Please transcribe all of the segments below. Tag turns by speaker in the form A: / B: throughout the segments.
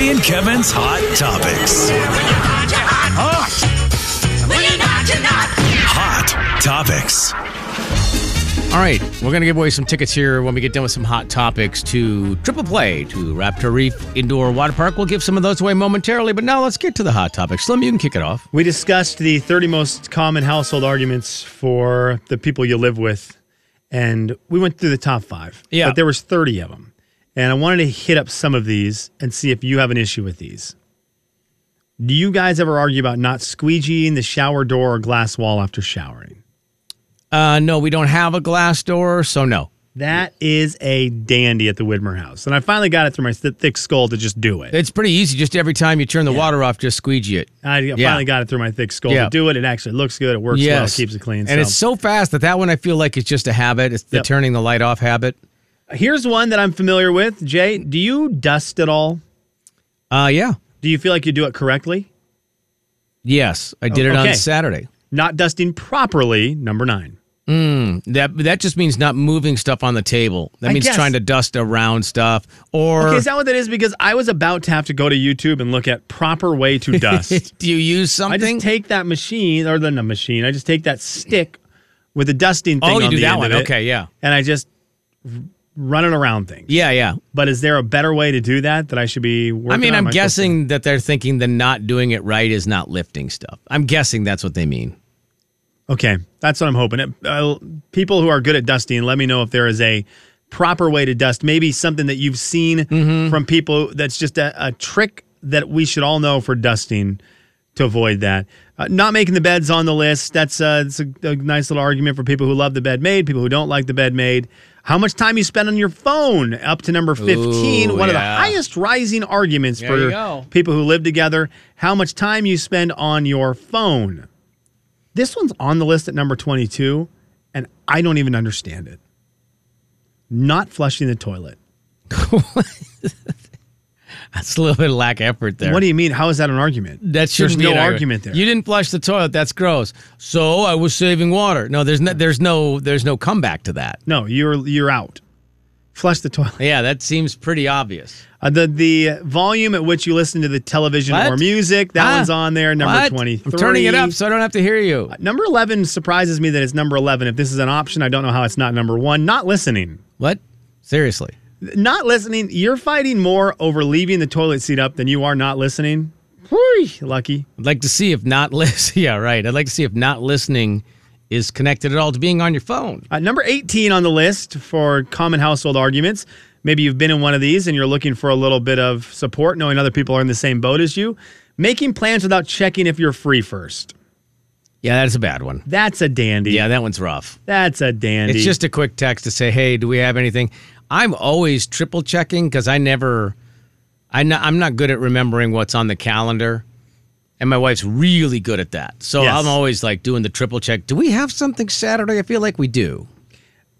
A: Jay and Kevin's Hot Topics. Hot Topics.
B: All right, we're going to give away some tickets here when we get done with some hot topics to Triple Play to Raptor Reef Indoor Water Park. We'll give some of those away momentarily, but now let's get to the hot topics. Slim, you can kick it off.
C: We discussed the 30 most common household arguments for the people you live with, and we went through the top five.
B: Yeah.
C: but there was 30 of them, and I wanted to hit up some of these and see if you have an issue with these. Do you guys ever argue about not squeegeeing the shower door or glass wall after showering?
B: Uh, no, we don't have a glass door, so no.
C: That is a dandy at the Widmer house, and I finally got it through my th- thick skull to just do it.
B: It's pretty easy. Just every time you turn the water off, just squeegee it.
C: I finally
B: Yeah.
C: got it through my thick skull
B: Yeah.
C: to do it. It actually looks good. It works well. It keeps it clean.
B: And it's so fast that that one I feel like it's just a habit. It's the
C: Yep.
B: turning the light off habit.
C: Here's one that I'm familiar with. Jay, do you dust at all?
B: Uh, yeah.
C: Do you feel like you do it correctly?
B: Yes, I did it
C: Okay.
B: on Saturday.
C: Not dusting properly, number nine.
B: That that just means not moving stuff on the table. That
C: I
B: means
C: guess.
B: trying to dust around stuff or
C: Okay, is that what that is? Because I was about to have to go to YouTube and look at proper way to dust.
B: do you use
C: I
B: something?
C: just take that machine, or the no, machine, I just take that stick with the dusting thing.
B: Oh, you
C: on
B: do
C: the
B: that
C: end
B: one.
C: of it,
B: Okay, yeah.
C: And I just r- run it around things.
B: Yeah, yeah.
C: But is there a better way to do that that I should be working
B: I mean,
C: on?
B: I'm
C: Am I supposed to-
B: guessing that they're thinking the not doing it right is not lifting stuff. I'm guessing that's what they mean.
C: Okay, that's what I'm hoping. It- Uh, people who are good at dusting, let me know if there is a proper way to dust. Maybe something that you've seen
B: Mm-hmm.
C: from people that's just a, a trick that we should all know for dusting to avoid that. Uh, not making the beds on the list. That's, uh, that's a, a nice little argument for people who love the bed made, people who don't like the bed made. How much time you spend on your phone up to number 15,
B: Ooh,
C: one of the
B: yeah.
C: highest rising arguments
B: There you
C: for
B: go.
C: people who live together. How much time you spend on your phone. This one's on the list at number 22, and I don't even understand it. Not flushing the toilet.
B: That's a little bit of lack of effort there.
C: What do you mean? How is that an argument?
B: that
C: There's
B: shouldn't be
C: no
B: an
C: argument there.
B: You didn't flush the toilet. That's gross. So I was saving water. No, there's no, there's no, there's no comeback to that.
C: no, you're you're out. Flush the toilet.
B: Yeah, that seems pretty obvious.
C: Uh, the the volume at which you listen to the television
B: What?
C: or music. That
B: Ah,
C: one's on there. Number
B: what?
C: 23.
B: I'm turning it up so I don't have to hear you.
C: Number 11 surprises me that it's number 11. If this is an option, I don't know how it's not number 1. Not listening.
B: What? Seriously?
C: not listening, you're fighting more over leaving the toilet seat up than you are not listening. Whew, lucky.
B: I'd like to see if not listening. Yeah, right. I'd like to see if not listening is connected at all to being on your phone.
C: Uh, number 18 on the list for common household arguments. Maybe you've been in one of these and you're looking for a little bit of support, knowing other people are in the same boat as you. Making plans without checking if you're free first.
B: Yeah, that's a bad one.
C: That's a dandy.
B: Yeah, that one's rough.
C: That's a dandy.
B: It's just a quick text to say, "Hey, do we have anything?" I'm always triple checking because I never, I not, I'm not good at remembering what's on the calendar, and my wife's really good at that. So
C: Yes.
B: I'm always like doing the triple check. Do we have something Saturday? I feel like we do.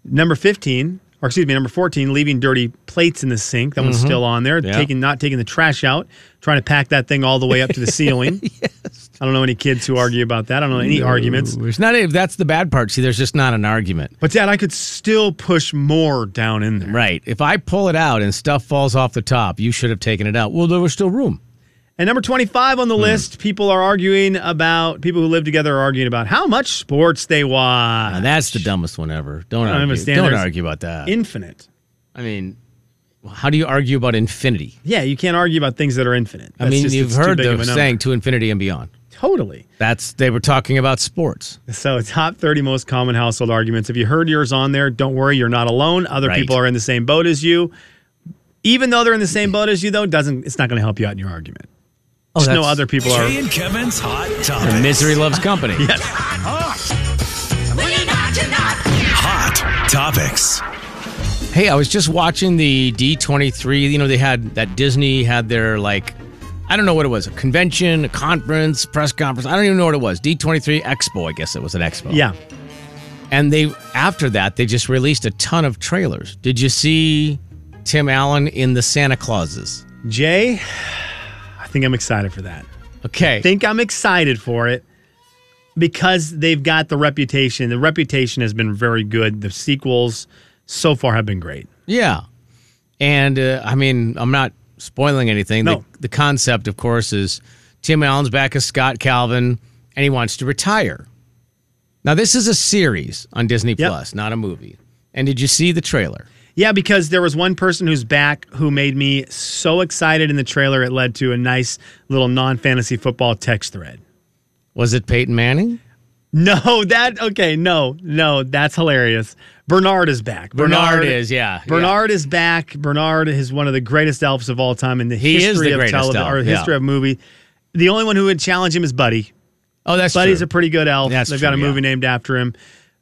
C: Number 15, or excuse me, number 14, leaving dirty plates in the sink. That one's still on there.
B: Mm-hmm. Yeah.
C: Taking not taking the trash out, trying to pack that thing all the way up to the ceiling. I don't know any kids who argue about that. I don't know any arguments.
B: There's not. A, that's the bad part. See, there's just not an argument.
C: But dad, I could still push more down in there.
B: Right. If I pull it out and stuff falls off the top, you should have taken it out. Well, there was still room.
C: And number 25 on the
B: Hmm.
C: list, people are arguing about people who live together are arguing about how much sports they watch.
B: Now, that's the dumbest one ever. Don't argue.
C: understand.
B: Don't
C: There's
B: argue about that.
C: infinite.
B: I mean, how do you argue about infinity?
C: Yeah, you can't argue about things that are infinite.
B: I
C: That's
B: mean,
C: just-
B: you've
C: it's too
B: heard
C: big of
B: them
C: a number.
B: saying to infinity and beyond.
C: totally.
B: That's they were talking about sports.
C: So, top 30 most common household arguments. If you heard yours on there, don't worry, you're not alone. Other
B: Right.
C: people are in the same boat as you. Even though they're in the same boat as you, though, doesn't it's not going to help you out in your argument. Just know
B: Oh, that's-
C: other people are.
A: Jay and Kevin's Hot Topics.
B: Misery loves company.
A: Hot Topics.
B: Hey, I was just watching the D23. You know, they had that Disney had their like, I don't know what it was, a convention, a conference, press conference. I don't even know what it was. D23 Expo, I guess it was an expo.
C: Yeah.
B: And they after that they just released a ton of trailers. Did you see Tim Allen in the Santa Clauses?
C: Jay, I think I'm excited for that.
B: Okay.
C: think I'm excited for it because they've got the reputation. The reputation has been very good. The sequels so far have been great.
B: Yeah. And uh, I mean, I'm not spoiling anything,
C: No.
B: the, the concept, of course, is Tim Allen's back as Scott Calvin, and he wants to retire. Now, this is a series on Disney
C: Yep.
B: Plus, not a movie. And did you see the trailer?
C: Yeah, because there was one person who's back who made me so excited in the trailer it led to a nice little non fantasy football text thread.
B: Was it Peyton Manning?
C: No, that okay, no, no, that's hilarious. Bernard is back.
B: Bernard is, yeah, yeah.
C: Bernard is back. Bernard is one of the greatest elves of all time in the
B: He is
C: history
B: the
C: of
B: greatest
C: television
B: elf,
C: or
B: yeah.
C: history of movie. The only one who would challenge him is Buddy.
B: Oh, that's
C: Buddy's
B: true.
C: a pretty good elf.
B: That's
C: They've got a
B: true,
C: movie
B: yeah.
C: named after him.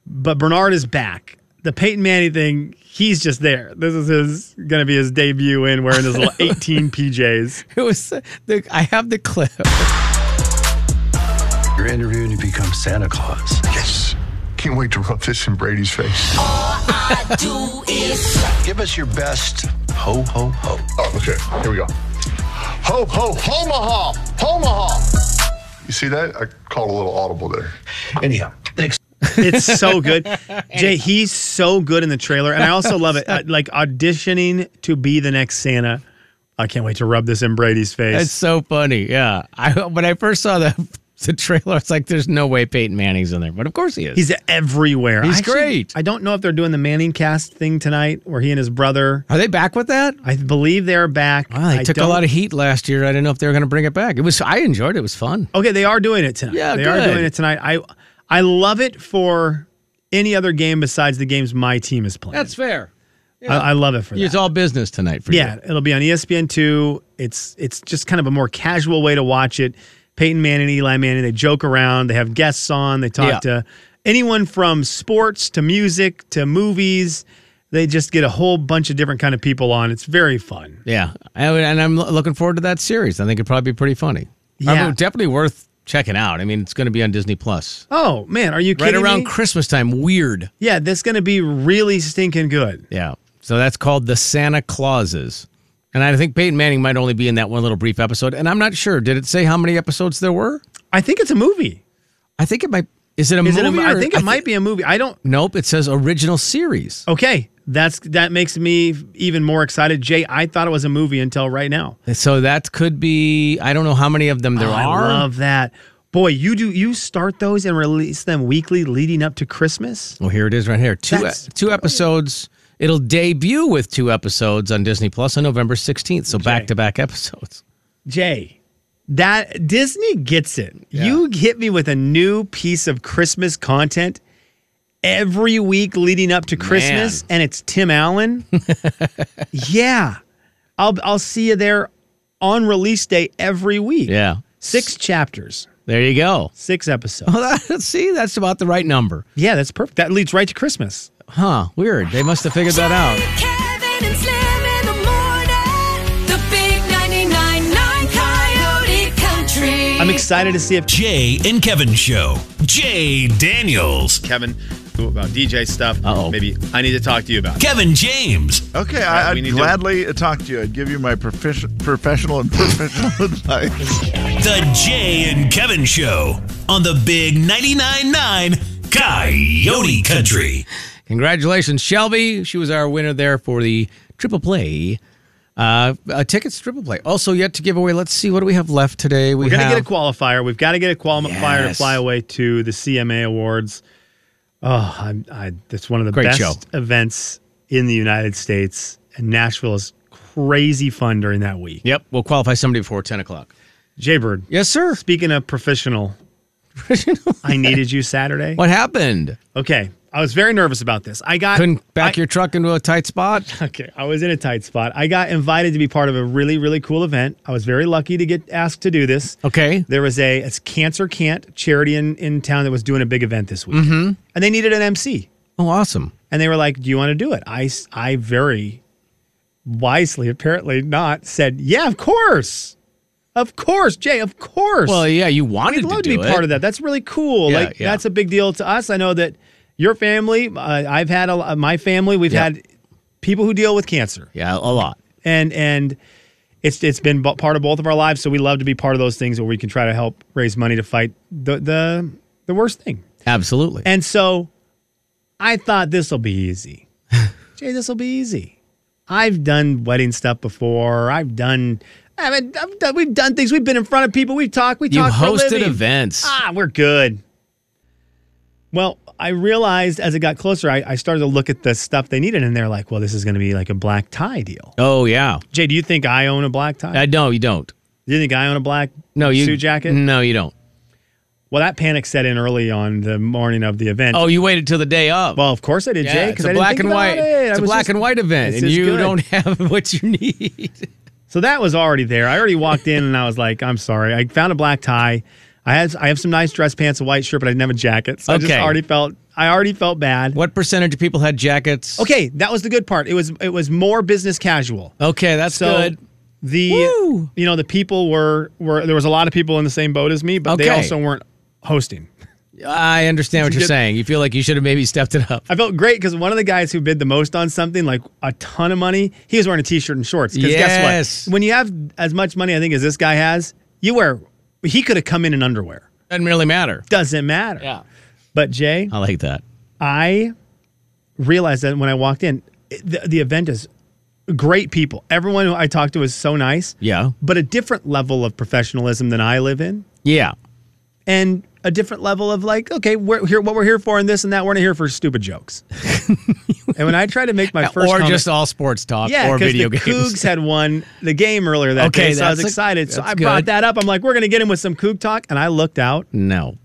C: But Bernard is back. The Peyton Manning thing, he's just there. This is his going to be his debut in wearing his little 18 PJs.
B: it was the, I have the clip.
D: You're interviewing to become Santa Claus.
E: Yes. Can't wait to rub this in Brady's face.
F: do is
D: Give us your best ho ho ho.
E: Oh, okay. Here we go. Ho, ho, Omaha! Omaha! You see that? I called a little audible there.
D: Anyhow, thanks.
C: It's so good. Jay, he's so good in the trailer. And I also love it. uh, Like auditioning to be the next Santa. I can't wait to rub this in Brady's face.
B: That's so funny. Yeah. I when I first saw the the trailer, I was like, "There's no way Peyton Manning's in there," but of course he is.
C: He's everywhere.
B: He's
C: I actually-
B: great.
C: I don't know if they're doing the Manning cast thing tonight where he and his brother,
B: Are they back with that?
C: I believe they're back.
B: Wow, they
C: I
B: took a
C: don't-
B: lot of heat last year. I didn't know if they were going to bring it back. It was. I enjoyed it. It was fun.
C: Okay, they are doing it tonight.
B: Yeah,
C: they
B: good.
C: are doing it tonight. I I love it for any other game besides the games my team is playing.
B: That's fair.
C: I, I love it for that.
B: It's all business tonight for
C: yeah, it'll be on E ESPN two. It's it's just kind of a more casual way to watch it. Peyton Manning, Eli Manning, they joke around. They have guests on. They talk
B: Yeah.
C: to anyone from sports to music to movies. They just get a whole bunch of different kind of people on. It's very fun.
B: you. Yeah. I would- And I'm lo- looking forward to that series. I think it'd probably be pretty funny. I
C: Yeah.
B: mean, definitely worth checking out. I mean, it's going to be on Disney Plus
C: Oh man, are you
B: right
C: kidding
B: around
C: me?
B: Christmas time. Weird.
C: yeah, that's going to be really stinking good.
B: Yeah. So that's called the Santa Clauses. And I think Peyton Manning might only be in that one little brief episode. And I'm not sure. Did it say how many episodes there were?
C: I think it's a movie.
B: I think it might. Is it a
C: Is it a,
B: movie?
C: mo- I
B: or-
C: think it might be a movie. I don't.
B: Nope. It says original series.
C: Okay, that's that makes me even more excited. Jay, I thought it was a movie until right now.
B: So that could be. I don't know how many of them there
C: I
B: are.
C: love that. Boy, you do you start those and release them weekly leading up to Christmas?
B: Well, here it is right here. Two e,
C: That's
B: two episodes. It'll debut with two episodes on Disney Plus on November 16th. So back to back episodes.
C: Jay, that Disney gets it. You hit me with a new piece of Christmas content every week leading up to Christmas and it's Tim Allen. yeah. I'll I'll see you there on release day every week.
B: Yeah.
C: 6 chapters,
B: There you go.
C: 6 episodes.
B: See, that's about the right number.
C: Yeah, that's perfect. That leads right to Christmas.
B: Huh. Weird. They must have figured that out.
F: Kevin and Slim in the morning. The big 999 Coyote Country.
C: I'm excited to see if
A: Jay and Kevin Show. Jay Daniels.
C: Kevin about DJ stuff.
B: Uh-oh.
C: Maybe I need to talk to you about. it.
A: Kevin James.
G: Okay,
C: we
G: I, I'd
C: need to-
G: gladly talk to you. I'd give you my profi- professional and professional advice.
A: The Jay and Kevin Show on the Big 99.9 Coyote Country.
B: Congratulations, Shelby. She was our winner there for the triple play. Uh, uh, tickets to triple play. Also, yet to give away. Let's see what do we have left today. We
C: We're gonna
B: have
C: get a qualifier. We've got to get a qualifier
B: Yes.
C: to fly away to the CMA Awards. Oh, I'm, I, it's one of the
B: Great
C: best
B: show.
C: events in the United States, and Nashville is crazy fun during that week.
B: Yep, we'll qualify somebody before ten o'clock.
C: Jaybird,
B: Yes, sir.
C: speaking of professional, I needed you Saturday.
B: What happened?
C: Okay, I was very nervous about this. I got
B: Couldn't back
C: I-
B: your truck into a tight spot.
C: Okay, I was in a tight spot. I got invited to be part of a really, really cool event. I was very lucky to get asked to do this.
B: Okay.
C: There was a it's Cancer Can't charity in, in town that was doing a big event this week, mm-hmm. and they needed an MC.
B: Oh, awesome.
C: And they were like, "Do you want to do it?" I s- I very wisely, apparently not, said, "Yeah, of course, of course, Jay, of course."
B: Well, yeah, you wanted
C: I'd love
B: to,
C: to,
B: do
C: be
B: it.
C: part of that. That's really cool.
B: Yeah,
C: like
B: yeah.
C: that's a big deal to us. I know that your family, uh, I've had a, lo- my family, we've
B: Yeah.
C: had people who deal with cancer
B: Yeah, a lot.
C: and and it's it's been bo- part of both of our lives. So we love to be part of those things where we can try to help raise money to fight the the the worst thing.
B: Absolutely.
C: And so I thought this will be easy, Jay. This will be easy. I've done wedding stuff before. I've done. I mean, I've done, we've done things. We've been in front of people. We've talked. We
B: You've
C: talked. for a
B: hosted
C: living.
B: events.
C: Ah, we're good. Well, I realized as it got closer, I, I started to look at the stuff they needed, and they're like, "Well, this is going to be like a black tie deal."
B: Oh yeah.
C: Jay, do you think I own a black tie?
B: I no, you don't.
C: do you think I own a black
B: No, you Mm.
C: suit jacket?
B: No, you don't.
C: Well, that panic set in early on the morning of the event.
B: Oh, you waited till the day of.
C: well, of course I did,
B: yeah,
C: Jay.
B: it's a
C: I didn't
B: black
C: think
B: and
C: about
B: white.
C: it. I
B: It's a
C: was
B: black
C: just-
B: and white event,
C: This
B: and
C: is
B: you
C: good.
B: don't have what you need.
C: So that was already there. I already walked in and I was like, I'm sorry. I found a black tie. I had I have some nice dress pants, a white shirt, but I didn't have a jacket. So I just
B: Okay.
C: already felt I already felt bad.
B: What percentage of people had jackets?
C: Okay, that was the good part. It was it was more business casual.
B: Okay, that's
C: so
B: good.
C: the
B: Woo.
C: you know the people were were there was a lot of people in the same boat as me, but they
B: Okay.
C: also weren't hosting.
B: I understand what you're
C: Get-
B: saying. You feel like you should have maybe stepped it up.
C: I felt great because one of the guys who bid the most on something, like a ton of money, he was wearing a t-shirt and shorts. 'Cause guess
B: Yes.
C: what? When you have as much money, I think, as this guy has, you wear. He could have come in in underwear.
B: Doesn't really matter.
C: Doesn't matter. But Jay,
B: I like that.
C: I realized that when I walked in, it- the, the event is great people. Everyone who I talked to is so nice.
B: Yeah.
C: But a different level of professionalism than I live in,
B: Yeah.
C: and a different level of like, okay, we're here. What we're here for, and this and that. We're not here for stupid jokes. and when I try to make my first
B: or
C: comment-
B: just all sports talk
C: yeah,
B: or
C: 'cause
B: video
C: the
B: games.
C: Cougs had won the game earlier that
B: Okay,
C: day, so I was
B: that's a-
C: excited. so
B: that's
C: I brought
B: good.
C: that up. I'm like, we're gonna get him with some Coug talk, and I looked out,
B: No.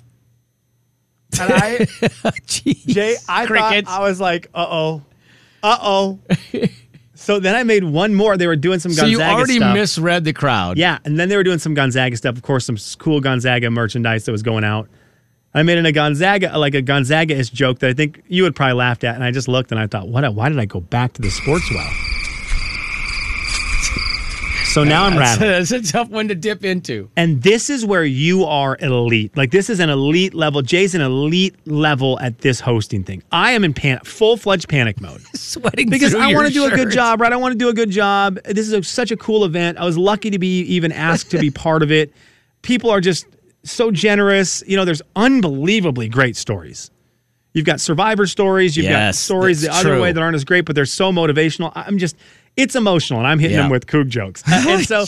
C: and I, Jay, I
B: Crickets.
C: thought I was like, uh oh, uh oh. so then I made one more. They were doing some
B: So
C: Gonzaga
B: you already
C: stuff.
B: misread the crowd.
C: yeah, and then they were doing some Gonzaga stuff. Of course, some s- cool Gonzaga merchandise that was going out. I made in a Gonzaga, like a Gonzaga-ish joke that I think you would probably laughed at, and I just looked and I thought, what? a- Why did I go back to the sports well? So now I'm rattled.
B: That's a tough one to dip into.
C: And this is where you are elite. Like this is an elite level. Jay's an elite level at this hosting thing. I am in pan- full-fledged panic mode
B: Sweating
C: because
B: through
C: I
B: your
C: want to do a good
B: shirt.
C: job, right? I want to do a good job. This is a, such a cool event. I was lucky to be even asked to be part of it. People are just so generous. You know, there's unbelievably great stories. You've got survivor stories. You've got
B: Yes,
C: stories the
B: that's
C: other
B: true.
C: way that aren't as great, but they're so motivational. I'm just, it's emotional, and I'm hitting
B: Yeah. Oh,
C: them with kook jokes. Uh, and so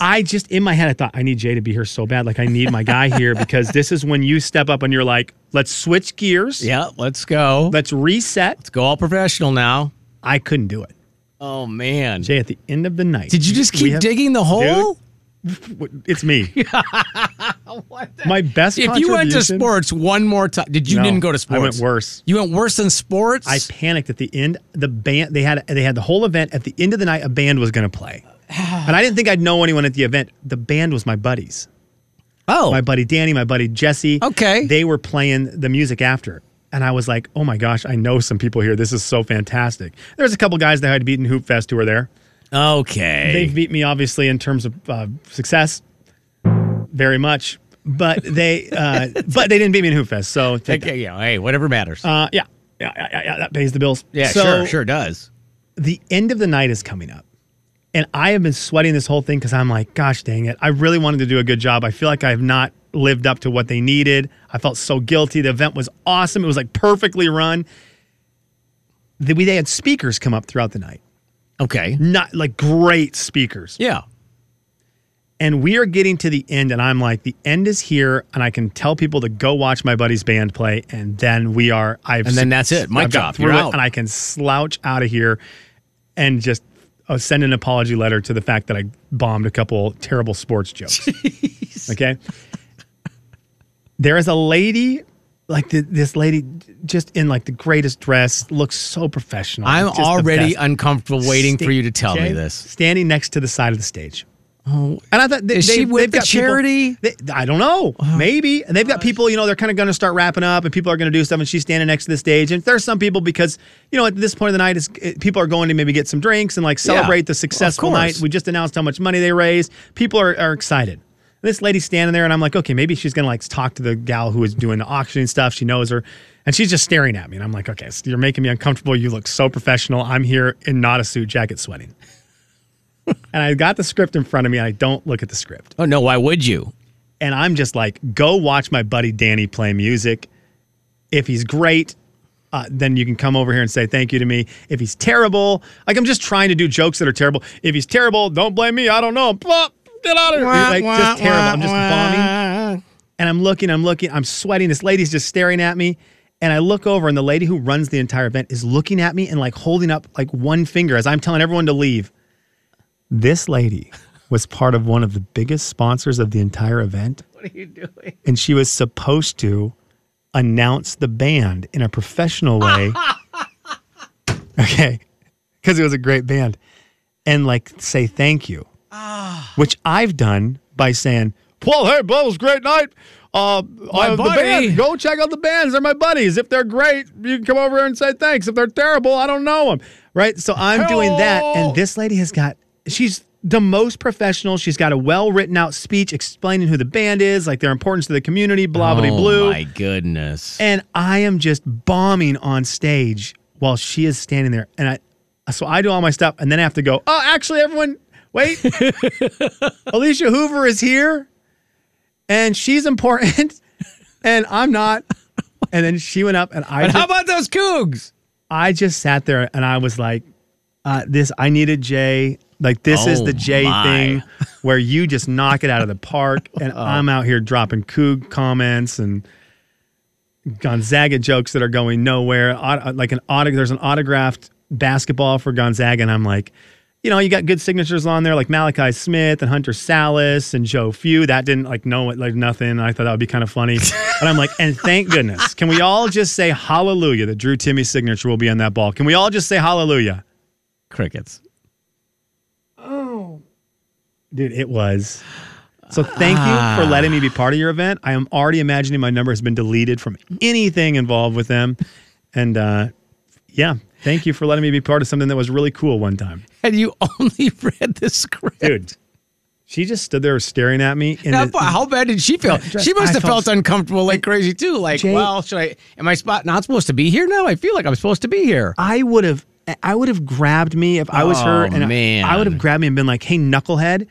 C: I just, in my head, I thought, I need Jay to be here so bad. Like, I need my guy here because this is when you step up and you're like, let's switch gears.
B: Yeah, let's go.
C: Let's reset.
B: Let's go all professional now.
C: I couldn't do it.
B: Oh man.
C: Jay, at the end of the night.
B: Did you just
C: we
B: keep
C: have-
B: digging the hole?
C: Dude, it's me. My best.
B: if you went to
C: contribution-
B: sports one more time, did you
C: No,
B: didn't go to sports?
C: I went worse.
B: You went worse than sports.
C: I panicked at the end. The band they had they had the whole event. At the end of the night, a band was going to play, and I didn't think I'd know anyone at the event. The band was my buddies.
B: oh,
C: My buddy Danny, my buddy Jesse.
B: Okay.
C: They were playing the music after. And I was like, oh my gosh, I know some people here. This is so fantastic. There's a couple guys that I had beaten Hoop Fest who were there.
B: okay.
C: They've beat me, obviously, in terms of uh, success, very much. But they, uh, but they didn't beat me in Hoop Fest. So take
B: okay, yeah. Hey, whatever matters.
C: that. Uh, yeah, yeah, yeah, yeah, yeah, that pays the bills.
B: yeah,
C: So,
B: sure, sure does.
C: The end of the night is coming up, and I have been sweating this whole thing because I'm like, gosh, dang it! I really wanted to do a good job. I feel like I have not lived up to what they needed. I felt so guilty. The event was awesome. It was like perfectly run. The, we they had speakers come up throughout the night,
B: Okay.
C: not like great speakers.
B: Yeah.
C: And we are getting to the end, and I'm like, the end is here, and I can tell people to go watch my buddy's band play, and then we are. I've
B: And then that's it. Mic
C: I've got
B: drop. You're
C: through it,
B: out.
C: and I can slouch out of here, and just uh, send an apology letter to the fact that I bombed a couple terrible sports jokes. Okay. There is a lady, like the, this lady, just in like the greatest dress, looks so professional.
B: I'm
C: just the
B: already
C: best
B: uncomfortable waiting
C: sta-
B: for you to tell
C: Jay,
B: me this.
C: Standing next to the side of the stage. Oh, and I thought they,
B: Is she
C: they've-
B: with
C: they've
B: the
C: got people-
B: charity?
C: they- I don't know.
B: Oh.
C: Maybe. And they've got people. You know, they're kind of going to start wrapping up, and people are going to do stuff. And she's standing next to the stage. And there's some people because you know at this point of the night, is people are going to maybe get some drinks and like celebrate the
B: Of
C: successful
B: course.
C: night. We just announced how much money they raised. People are, are excited. And This lady's standing there, and I'm like, okay, maybe she's gonna like talk to the gal who is doing the auctioning stuff. She knows her, and she's just staring at me. And I'm like, okay, so you're making me uncomfortable. You look so professional. I'm here in not a suit jacket, sweating. and I got the script in front of me, and I don't look at the script
B: Oh no, why would you?
C: and I'm just like, go watch my buddy Danny play music. If he's great, uh, then you can come over here and say thank you to me. If he's terrible, like I'm just trying to do jokes that are terrible. If he's terrible, don't blame me. I don't know. Plop, get out of here. Like just terrible. I'm just bombing. And I'm looking, I'm looking, I'm sweating. This lady's just staring at me. And I look over, and the lady who runs the entire event is looking at me and like holding up like one finger as I'm telling everyone to leave. This lady was part of one of the biggest sponsors of the entire event. What are you doing? And she was supposed to announce the band in a professional way. okay. Because it was a great band. And like say thank you which I've done by saying, "Well, hey, bro, it was a great night. Uh, I have the
B: buddy."
C: band. Go check out the bands. They're my buddies. If they're great, you can come over here and say thanks. If they're terrible, I don't know them. Right? So I'm doing that, and this lady has got. She's the most professional. She's got a well written out speech explaining who the band is, like their importance to the community. Blah blah
B: oh
C: blue.
B: my goodness.
C: And I am just bombing on stage while she is standing there. And I, so I do all my stuff and then I have to go, oh, actually, everyone, wait. Alicia Hoover is here and she's important and I'm not. And then she went up and I,
B: And
C: just,
B: how about those Cougs?
C: I just sat there and I was like, uh, this, I needed Jay. Like, this is
B: Oh,
C: the Jay
B: my.
C: thing where you just knock it out of the park. And I'm out here dropping Coog comments and Gonzaga jokes that are going nowhere. Aut- Like an auto, there's an autographed basketball for Gonzaga, and I'm like, you know, you got good signatures on there, like Malachi Smith and Hunter Salas and Joe Few. That didn't like no, like nothing. I thought that would be kind of funny, and I'm like, and thank goodness, can we all just say hallelujah that Drew Timmy's signature will be on that ball? Can we all just say hallelujah?
B: Crickets.
C: Dude, it was. So thank you for letting me be part of your event. I am already imagining my number has been deleted from anything involved with them. And uh, yeah, thank you for letting me be part of something that was really cool one time.
B: Had you only read the script?
C: Dude, she just stood there staring at me. And
B: Now,
C: the-
B: boy, how bad did she feel?
C: Just-
B: She must
C: I
B: have
C: felt
B: felt uncomfortable like crazy too. Like,
C: Jay-
B: well, should I? Am I spot not supposed to be here now? I feel like I'm supposed to be here.
C: I would have I would have grabbed me if I was her
B: Oh,
C: and I-
B: man.
C: I would have grabbed me and been like, "Hey knucklehead,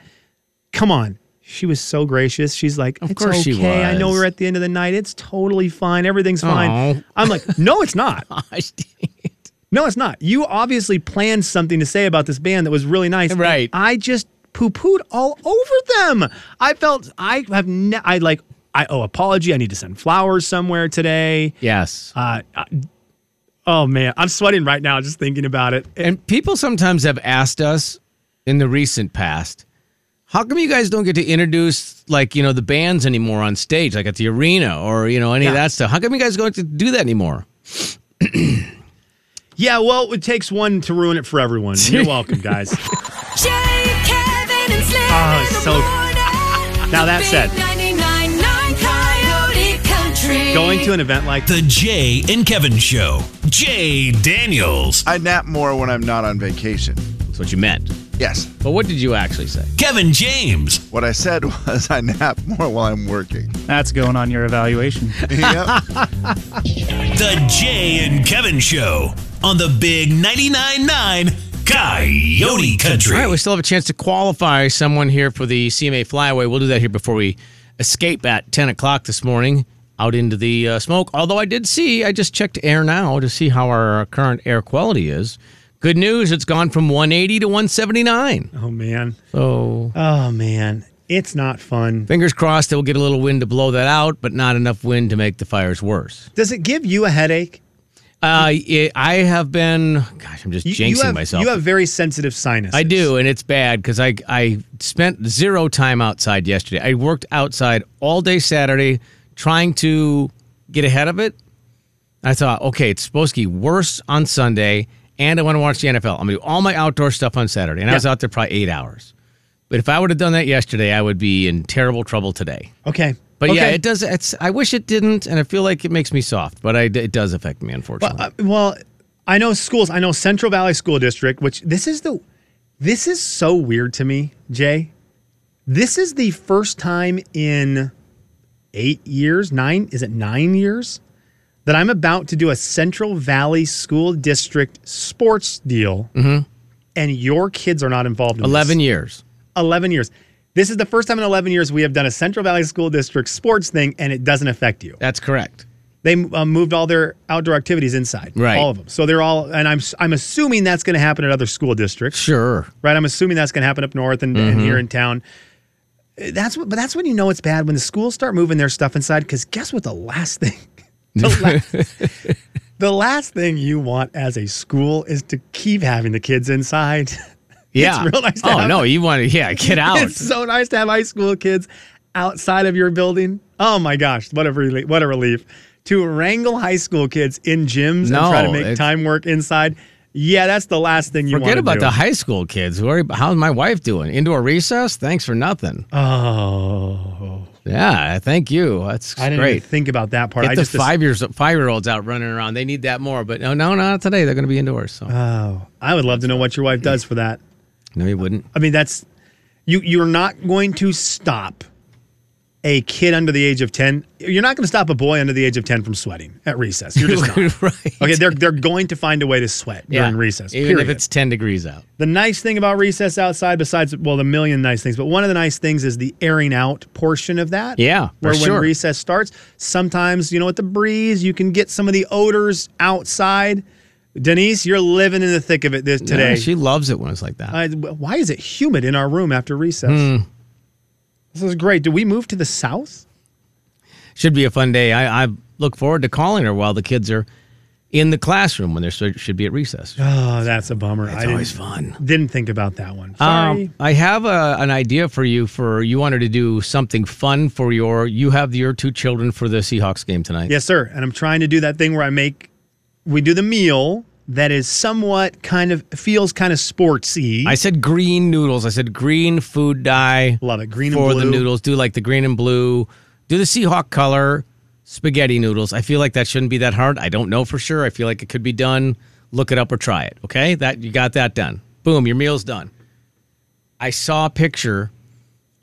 C: come on." She was so gracious. She's like,
B: Of
C: "It's
B: course
C: okay.
B: she
C: I know
B: was.
C: we're at the end of the night. It's totally fine. Everything's fine."
B: Aw.
C: I'm like, "No, it's not.
B: Gosh, dang it.
C: No, it's not. You obviously planned something to say about this band that was really nice. and
B: Right.
C: I just poo pooed all over them. I felt I have ne- I like I owe apology. I need to send flowers somewhere today.
B: yes.
C: Uh, I- oh man, I'm sweating right now just thinking about it.
B: and people sometimes have asked us in the recent past, how come you guys don't get to introduce like you know the bands anymore on stage, like at the arena or you know any of
C: Yeah.
B: that stuff? How come you guys don't get to do that anymore?
C: Yeah, well, it takes one to ruin it for everyone. You're welcome, guys.
F: Jay, Kevin, and Slim
C: Oh,
F: in the
C: so-
F: morning. The
C: Now that
F: big 99.9
C: said-
F: Coyote Country.
C: Going to an event like
A: The Jay and Kevin Show. Jay Daniels.
G: I nap more when I'm not on vacation.
B: That's what you meant.
G: Yes.
B: But what did you actually say?
A: Kevin James.
G: What I said was I nap more while I'm working.
H: That's going on your evaluation.
G: Yep.
A: The Jay and Kevin Show on the Big 99.9 Coyote Country.
B: All right, we still have a chance to qualify someone here for the CMA Flyaway. We'll do that here before we escape at 10 o'clock this morning out into the uh, smoke. Although I did see, I just checked air now to see how our uh, current air quality is. Good news, it's gone from 180 to 179.
C: Oh man.
B: So
C: Oh man. It's not fun.
B: fingers crossed that we'll get a little wind to blow that out, but not enough wind to make the fires worse.
C: Does it give you a headache?
B: Uh, it, I have been, gosh, I'm just
C: You,
B: jinxing
C: you have,
B: myself.
C: You have very sensitive sinus.
B: I do, and it's bad because I I spent zero time outside yesterday. I worked outside all day Saturday trying to get ahead of it. I thought, okay, it's supposed to be worse on Sunday, and I want to watch the NFL. I'm gonna do all my outdoor stuff on Saturday, and I was
C: Yeah.
B: out there probably eight hours. But if I would have done that yesterday, I would be in terrible trouble today.
C: Okay.
B: But yeah,
C: Okay.
B: it does. It's I wish it didn't, and I feel like it makes me soft, but I, it does affect me unfortunately.
C: Uh, well, I know schools. I know Central Valley School District, which this is the this is so weird to me, Jay. This is the first time in eight years, nine is it nine years that I'm about to do a Central Valley School District sports deal, and your kids are not involved. in this.
B: Mm-hmm. Eleven years.
C: 11 years. This is the first time in 11 years we have done a Central Valley School District sports thing, and it doesn't affect you.
B: That's correct.
C: They um, moved all their outdoor activities inside,
B: Right.
C: All of them. So they're all, and I'm s- I'm assuming that's going to happen at other school districts,
B: Sure. Mm-hmm.
C: right? I'm assuming that's going to happen up north and, and here in town. Uh, That's what, but that's when you know it's bad when the schools start moving their stuff inside. Because guess what? The last thing, the last, the last thing you want as a school is to keep having the kids inside.
B: Yeah.
C: real nice to
B: oh
C: have
B: no, you want to? Yeah, get out.
C: It's so nice to have high school kids outside of your building. Oh my gosh, what a relief! What a relief to wrangle high school kids in gyms and try to
B: No,
C: make
B: it's-
C: time work inside. Yeah, that's the last thing you
B: Forget
C: want
B: about
C: do.
B: the high school kids. Worry about how's my wife doing? Indoor recess? Thanks for nothing.
C: Oh,
B: Yeah, thank you. That's
C: I didn't
B: great.
C: even think about that part.
B: Get
C: I
B: the
C: just
B: five years five year olds out running around. They need that more. But no, no, not today. They're going to be indoors. So
C: Oh, I would love to know what your wife does for that.
B: no, you wouldn't.
C: I mean, that's you. You're not going to stop a kid under the age of ten. You're not going to stop a boy under the age of ten from sweating at recess. You're just not.
B: right.
C: Okay, they're they're going to find a way to sweat
B: Yeah.
C: during recess.
B: even
C: period.
B: if it's ten degrees out.
C: the nice thing about recess outside, besides well, the million nice things, but one of the nice things is the airing out portion of that.
B: Yeah, for
C: where
B: sure.
C: when recess starts, sometimes you know with the breeze, you can get some of the odors outside. Denise, you're living in the thick of it this today.
B: Yeah, she loves it when it's like that.
C: I- why is it humid in our room after recess?
B: Hmm.
C: This is great. Do we move to the south?
B: Should be a fun day. I, I look forward to calling her while the kids are in the classroom when they should be at recess.
C: Oh, that's a bummer. I
B: It's
C: didn't,
B: always fun.
C: didn't think about that one. Sorry.
B: Um, I have a, an idea for you. For you wanted to do something fun for your. You have your two children for the Seahawks game tonight.
C: yes, sir. And I'm trying to do that thing where I make, we do the meal that is somewhat kind of feels kind of sportsy.
B: I said green noodles. I said green food dye.
C: Love it. Green and
B: for the
C: blue.
B: noodles. Do like the green and blue. Do the Seahawk color spaghetti noodles. I feel like that shouldn't be that hard. I don't know for sure. I feel like it could be done. Look it up or try it. Okay, that you got that done. Boom, your meal's done. I saw a picture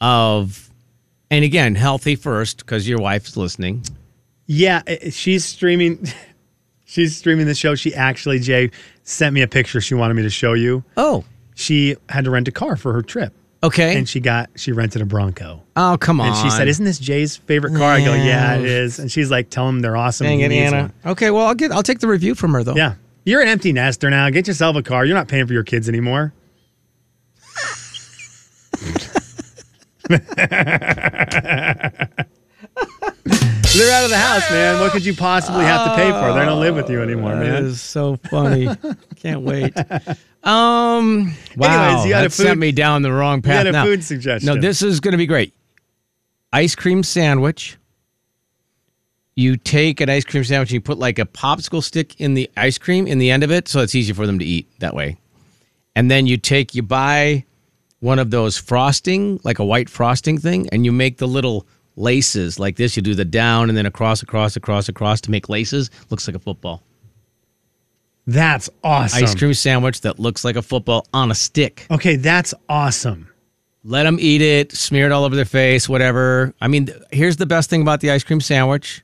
B: of, and again, healthy first because your wife's listening.
C: Yeah, i- she's streaming. She's streaming the show. She actually, Jay, sent me a picture she wanted me to show you.
B: Oh,
C: She had to rent a car for her trip.
B: okay.
C: And she got, she rented a Bronco.
B: oh, come on.
C: And she said, "Isn't this Jay's favorite car?" I go, "Yeah, it
B: No.
C: is." And she's like, "Tell him they're awesome."
B: Dang
C: He
B: it,
C: needs
B: Anna.
C: one."
B: Okay, well, I'll get. I'll take the review from her though.
C: Yeah, you're an empty nester now. Get yourself a car. You're not paying for your kids anymore. They're out of the house, man. What could you possibly have to pay for? They don't live with you anymore,
B: Oh, That
C: man.
B: is so funny. Can't wait. Um, wow,
C: Anyways, you had
B: that
C: a food-
B: sent me down the wrong path.
C: had a
B: now.
C: food suggestion.
B: No, this is going to be great. Ice cream sandwich. You take an ice cream sandwich and you put like a popsicle stick in the ice cream in the end of it, so it's easy for them to eat that way. And then you take you buy one of those frosting, like a white frosting thing, and you make the little laces like this. You do the down and then across, across, across, across to make laces. Looks like a football
C: That's awesome.
B: ice cream sandwich that looks like a football on a stick.
C: Okay, that's awesome.
B: Let them eat it, smear it all over their face, whatever. I mean, th- here's the best thing about the ice cream sandwich,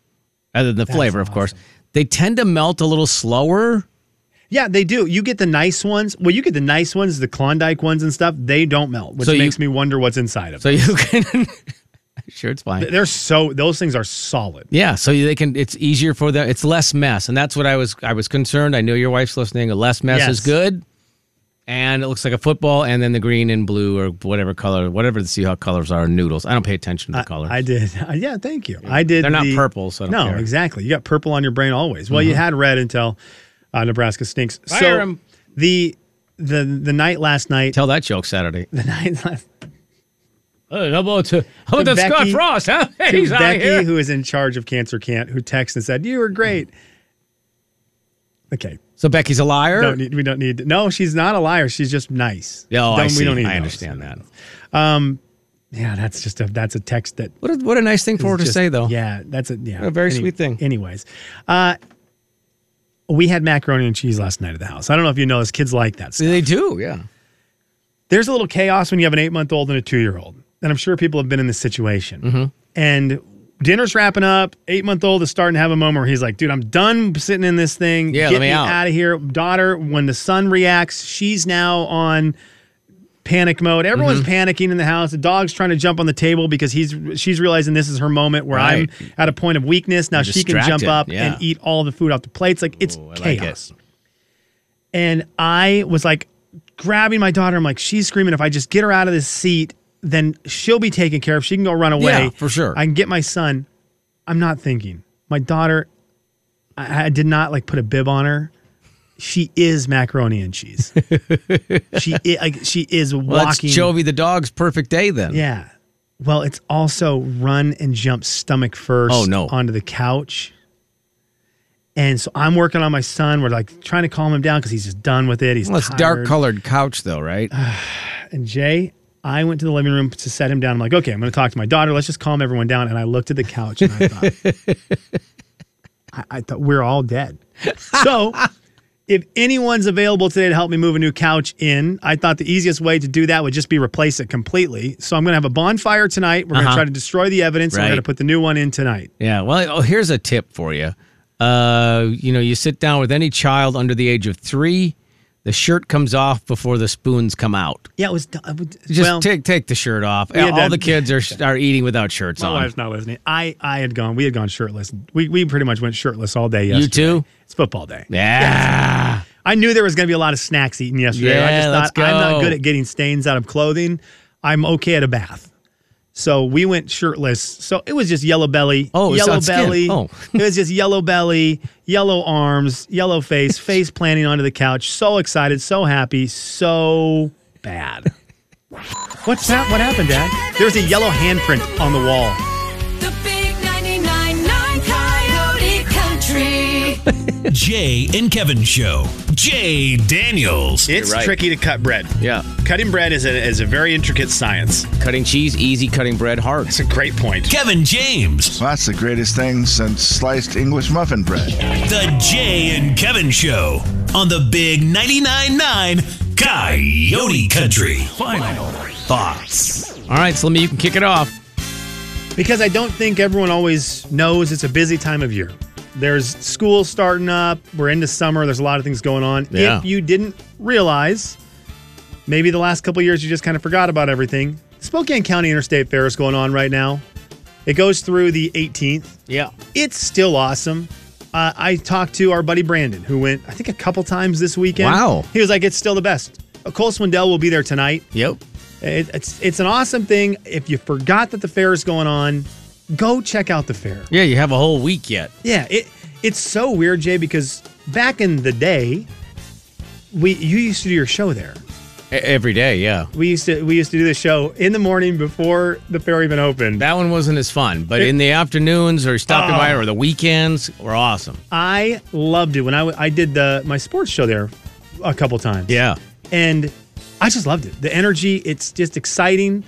B: other than the flavor, of course. They tend to melt a little slower.
C: Yeah, they do. You get the nice ones. Well, you get the nice ones, the Klondike ones and stuff. They don't melt, which
B: So you-
C: makes me wonder what's inside of
B: So
C: them.
B: you can. sure, it's fine.
C: They're so those things are solid.
B: Yeah, so they can. It's easier for them. It's less mess, and that's what I was. I was concerned. I know your wife's listening. A less mess is
C: Yes.
B: good, and it looks like a football. And then the green and blue or whatever color, whatever the Seahawk colors are, noodles. I don't pay attention to the colors.
C: I did. yeah, thank you. I did.
B: They're not
C: the-
B: purple, so I don't
C: no,
B: care. Mm-hmm.
C: exactly. You got purple on your brain always. Well, you had red until uh, Nebraska stinks.
B: Fire
C: so
B: 'em.
C: the the the night last night.
B: Tell that joke Saturday.
C: the night last.
B: Hey, how about, uh, how about
C: To
B: that Scott
C: Becky-
B: Frost? Huh?
C: to
B: He's out
C: Becky,
B: here.
C: who is in charge of Cancer Can't, who texted and said, "You were great."
B: Mm-hmm.
C: Okay,
B: so Becky's a liar.
C: don't need, we don't need. No, she's not a liar. She's just nice.
B: No, Er Oh, I
C: Don't-
B: see.
C: We don't need
B: I
C: those.
B: understand that.
C: Yeah, that's just a that's a text that
B: What a, what a nice thing for her
C: It's
B: to
C: just-
B: say, though.
C: Yeah, that's a yeah,
B: A very sweet thing.
C: Anyways, uh, we had macaroni and cheese last night at the house. I don't know if you know this. Kids like that. Stuff.
B: They do, yeah.
C: There's a little chaos when you have an eight month old and a two year old, and I'm sure people have been in this situation.
B: Mm-hmm.
C: And dinner's wrapping up. Eight month old is starting to have a moment where he's like, "Dude, I'm done sitting in this thing.
B: Yeah,
C: Get
B: let me out."
C: out of here, daughter." When the son reacts, she's now on panic mode. Everyone's
B: Mm-hmm.
C: panicking in the house. The dog's trying to jump on the table because he's she's realizing this is her moment where
B: Right.
C: I'm at a point of weakness. Now she can jump
B: distracted,
C: up
B: yeah.
C: and eat all the food off the plates. Like it's
B: Ooh, I like it.
C: chaos. And I was like grabbing my daughter. I'm like, she's screaming. If I just get her out of this seat, then she'll be taken care of. She can go run away.
B: Yeah, for sure.
C: I can get my son. I'm not thinking. My daughter, I, I did not like put a bib on her. She is macaroni and cheese. she is, like, she is
B: Well, that's
C: walking.
B: Chovy the dog's perfect day then.
C: Yeah. Well, it's also run and jump stomach first
B: Oh, no.
C: onto the couch. And so I'm working on my son. We're like trying to calm him down because he's just done with it. He's
B: Well, it's
C: tired.
B: dark colored couch though, right?
C: And Jay, I went to the living room to set him down. I'm like, okay, I'm going to talk to my daughter. Let's just calm everyone down. And I looked at the couch and I thought, I, I thought we're all dead. So if anyone's available today to help me move a new couch in, I thought the easiest way to do that would just be replace it completely. So I'm going to have a bonfire tonight. We're going to
B: Uh-huh.
C: try to destroy the evidence. and
B: Right.
C: We're going to put the new one in tonight.
B: Yeah. Well, oh, here's a tip for you. Uh, you know, you sit down with any child under the age of three, the shirt comes off before the spoons come out.
C: Yeah, it was. I would-
B: Just
C: well,
B: take take the shirt off.
C: had
B: All
C: that-
B: the kids are are eating without shirts
C: my
B: on.
C: wife's not listening. I, I had gone. We had gone shirtless. We, we pretty much went shirtless all day yesterday.
B: you too?
C: It's football day.
B: Yeah.
C: I knew there was going to be a lot of snacks eaten yesterday. I
B: Yeah,
C: just
B: let's
C: thought I'm
B: go.
C: not good at getting stains out of clothing. I'm okay at a bath. So we went shirtless. So it was just yellow belly,
B: Oh, it's
C: yellow
B: on skin.
C: belly.
B: Oh.
C: it was just yellow belly, yellow arms, yellow face, face planting onto the couch. So excited, so happy, so bad. What's that? What happened, Dad? There's a yellow handprint on the wall.
F: The big 99.9 Coyote Country.
A: Jay and Kevin Show. Jay Daniels.
C: It's
B: right.
C: tricky to cut bread.
B: Yeah.
C: Cutting bread is a, is a very intricate science.
B: Cutting cheese, easy. Cutting bread, hard.
C: It's a great point.
A: Kevin James.
G: Well, that's the greatest thing since sliced English muffin bread.
A: The Jay and Kevin Show on the Big 99.9 9 Coyote Country. Final thoughts.
B: All right, Slimmy, you can kick it off.
C: Because I don't think everyone always knows it's a busy time of year. There's school starting up, we're into summer, there's a lot of things going on.
B: Yeah.
C: If you didn't realize, maybe the last couple years you just kind of forgot about everything. Spokane County Interstate Fair is going on right now. It goes through the 18th.
B: Yeah.
C: It's still awesome. Uh, I talked to our buddy Brandon, who went, I think, a couple times this weekend.
B: Wow.
C: He was like, it's still the best. Uh, Cole Swindell will be there tonight.
B: Yep.
C: It, it's it's an awesome thing. If you forgot that the fair is going on, go check out the fair.
B: Yeah, you have a whole week yet.
C: Yeah, it it's so weird, Jay, because back in the day, we you used to do your show there.
B: E- every day, yeah.
C: We used to we used to do the show in the morning before the fair even opened.
B: That one wasn't as fun, but in the afternoons or stopping by or the weekends were awesome.
C: I loved it when I w- I did the my sports show there a couple times.
B: Yeah.
C: and I just loved it. The energy, it's just exciting.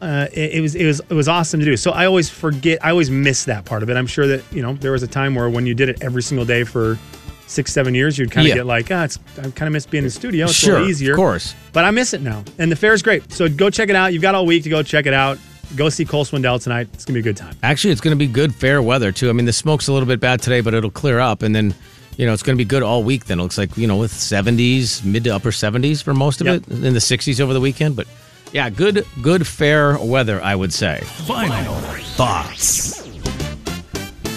C: Uh, it, it was it was it was awesome to do. So I always forget, I always miss that part of it. I'm sure that you know there was a time where when you did it every single day for six seven years, you'd kind of
B: Yeah.
C: get like, ah, it's I kind of miss being in the studio. It's a
B: sure.
C: little easier,
B: Of course.
C: But I miss it now, and the fair is great. So go check it out. You've got all week to go check it out. Go see Cole Swindell tonight. It's gonna be a good time.
B: Actually, it's going to be good fair weather too. I mean, the smoke's a little bit bad today, but it'll clear up, and then you know it's going to be good all week. Then it looks like you know with 70s, mid to upper 70s for most of
C: Yep.
B: it, in the 60s over the weekend. But yeah, good good fair weather, I would say.
A: Final thoughts.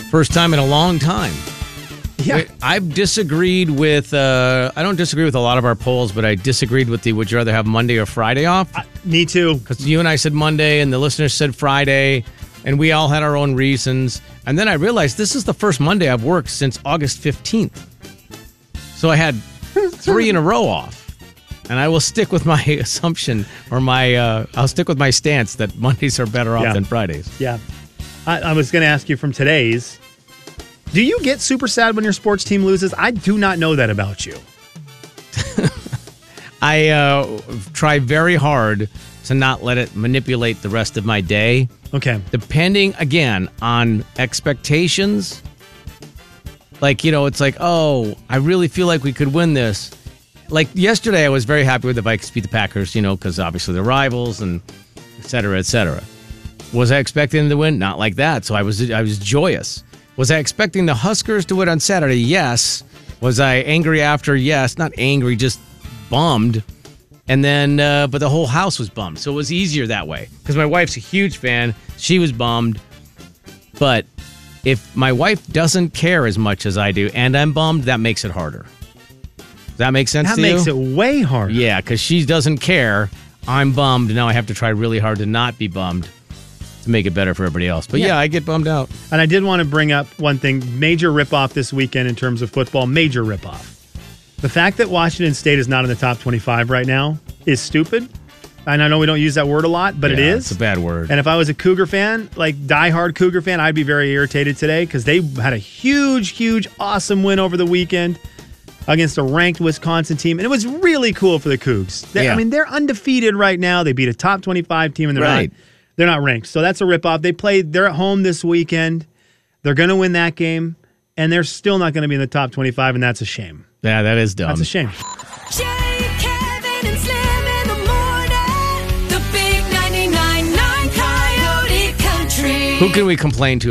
B: First time in a long time.
C: Yeah,
B: Wait, I've disagreed with. Uh, I don't disagree with a lot of our polls, but I disagreed with the "Would you rather have Monday or Friday off?"
C: me too.
B: because you and I said Monday, and the listeners said Friday, and we all had our own reasons. And then I realized this is the first Monday I've worked since August 15th. So I had three in a row off. And I will stick with my assumption or my, uh, I'll stick with my stance that Mondays are better off
C: Yeah.
B: than Fridays.
C: Yeah, I, I was gonna ask you from today's. Do you get super sad when your sports team loses? I do not know that about you.
B: I uh, try very hard to not let it manipulate the rest of my day.
C: Okay.
B: depending again on expectations. Like, you know, it's like, oh, I really feel like we could win this. Like yesterday, I was very happy with the Vikings beat the Packers, you know, because obviously they're rivals and et cetera, et cetera. Was I expecting them to win? Not like that. So I was, I was joyous. Was I expecting the Huskers to win on Saturday? Yes. Was I angry after? Yes. Not angry, just bummed And then, uh, but the whole house was bummed. So it was easier that way. Because my wife's a huge fan. She was bummed. But if my wife doesn't care as much as I do and I'm bummed, that makes it harder. Does that make sense
C: That
B: to
C: makes
B: you?
C: it way harder.
B: Yeah, because she doesn't care. I'm bummed. Now I have to try really hard to not be bummed to make it better for everybody else. But yeah, I get bummed out.
C: And I did want to bring up one thing major ripoff this weekend in terms of football, major ripoff. The fact that Washington State is not in the top 25 right now is stupid. And I know we don't use that word a lot, but it
B: Yeah,
C: is.
B: It's a bad word.
C: And if I was a Cougar fan, like diehard Cougar fan, I'd be very irritated today because they had a huge, huge, awesome win over the weekend against a ranked Wisconsin team. And it was really cool for the Cougs. They-
B: Yeah.
C: I mean, they're undefeated right now. They beat a top 25 team and they're
B: Right.
C: not they're not ranked. So that's a ripoff. They played, they're at home this weekend. They're gonna win that game, and they're still not gonna be in the top 25, and that's a shame.
B: yeah, that is dumb.
C: That's a shame.
F: Jay, Kevin, and Slim in the morning. The big 99.9 Coyote Country.
B: Who can we complain to